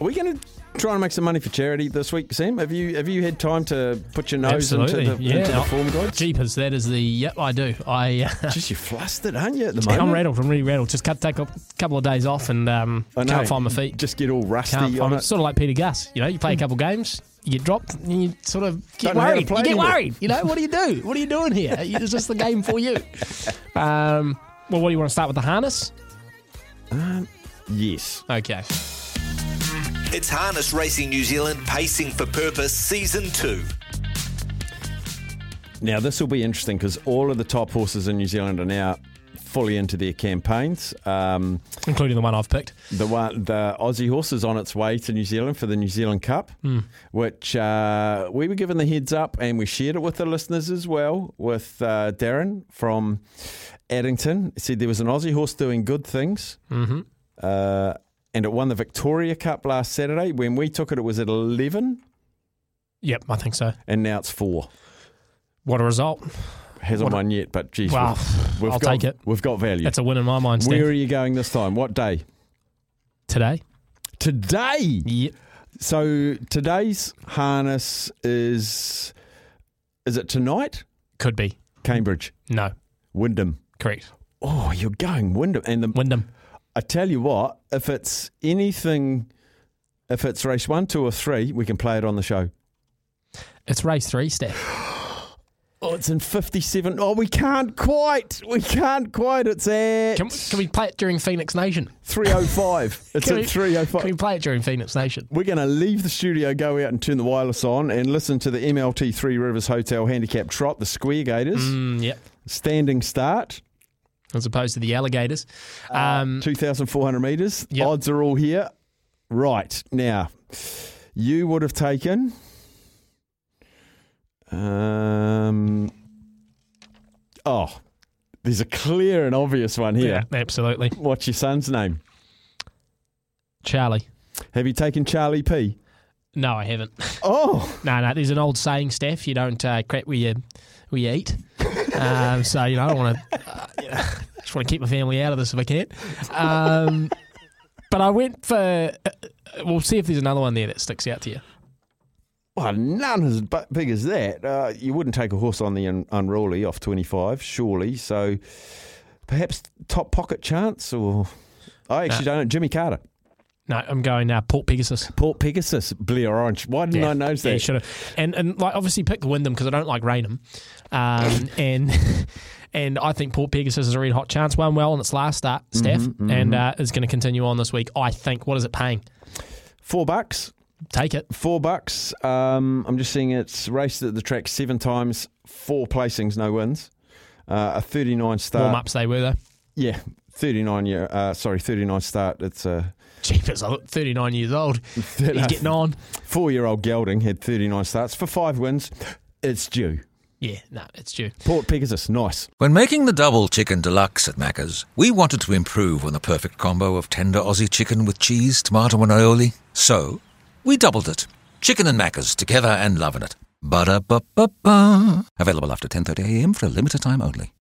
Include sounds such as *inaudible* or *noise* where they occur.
Are we going to try and make some money for charity this week, Sam? Have you have you had time to put your nose into Absolutely, the, yeah. into the form guides? Jeepers, that is the. Yep, I do. I. uh, Just you flustered, aren't you? At *laughs* the I'm moment, rattled. I'm really rattled. Just cut, take a couple of days off and um, I know. can't find my feet. Just get all rusty Can't on find it. Hmm. Sort of like Peter Gus. You know, you play a couple games, you get dropped, and you sort of get Don't know how to worried. play You get anymore. worried. You know, what do you do? What are you *laughs* doing here? Is this the game for you? Um, well, what do you want to start with the harness? Yes. Okay. It's Harness Racing New Zealand Pacing for Purpose Season 2. Now this will be interesting because all of the top horses in New Zealand are now fully into their campaigns. Um, Including the one I've picked. the one, the Aussie horse is on its way to New Zealand for the New Zealand Cup, Hmm, which uh, we were given the heads up and we shared it with the listeners as well. With uh, Darren from Addington, He said there was an Aussie horse doing good things. Mm-hmm. uh, and it won the Victoria Cup last Saturday. When we took it, it was at 11, Yep, I think so. and now it's four. What a result. Hasn't What a- won yet, but geez, Wow. we've, we've I'll got, take it. We've got value. That's a win in my mind, Steve. Where are you going this time? What day? Today? Today. Yep. So today's harness is is it tonight? Could be. Cambridge, No. Wyndham. Correct. Oh, you're going Wyndham, and the, Wyndham. I tell you what, if it's anything, if it's race one, two, or three, we can play it on the show. It's race three, Steph. Oh, it's in 57. Oh, we can't quite. We can't quite. It's at Can, can we play it during Phoenix Nation? *laughs* 305. It's Can at we- Can 305. we play it during Phoenix Nation? We're going to leave the studio, go out and turn the wireless on and listen to the MLT Three Rivers Hotel handicap trot, the Square Gators, Mm, yep. standing start, As opposed to the alligators. Um, 2,400 metres. Yep. Odds are all here. Right. Now, you would have taken. Um, oh, there's a clear and obvious one here. yeah, absolutely. What's your son's name? Charlie. Have you taken Charlie P? No, I haven't. *laughs* Oh, No, no. There's an old saying, Steph. You don't uh, crap where you where you eat. Um, so you know, I don't want to. Uh, you know, just want to keep my family out of this if I can. Um, but I went for. Uh, we'll see if there's another one there that sticks out to you. well, none as bu- big as that. Uh, you wouldn't take a horse on the un- unruly off 25, surely. So perhaps top pocket chance or. I actually don't know. Jimmy Carter, No, I'm going uh, Port Pegasus. Port Pegasus, Blair Orange. Why didn't I notice Yeah, that? should have. And and like obviously pick Wyndham because I don't like Raynham. Um, and *laughs* and I think Port Pegasus is a really hot chance. Won well on its last start, Steph, and uh, is going to continue on this week. I think. What is it paying? Four bucks. Take it. Four bucks. Um, I'm just seeing it's raced at the track seven times, four placings, no wins. Uh, a 39 start. Warm ups they were though. *laughs* Yeah, 39 year. Uh, sorry, 39 start. It's uh, Jeepers, I look 39 years old. He's getting on. Four year old gelding had 39 starts for five wins. It's due. Yeah, no, it's due. Port Pegasus, nice. When making the double chicken deluxe at Macca's, we wanted to improve on the perfect combo of tender Aussie chicken with cheese, tomato, and aioli. So, we doubled it. Chicken and Macca's together and loving it. Ba da ba ba ba. Available after 10:30 a.m. for a limited time only.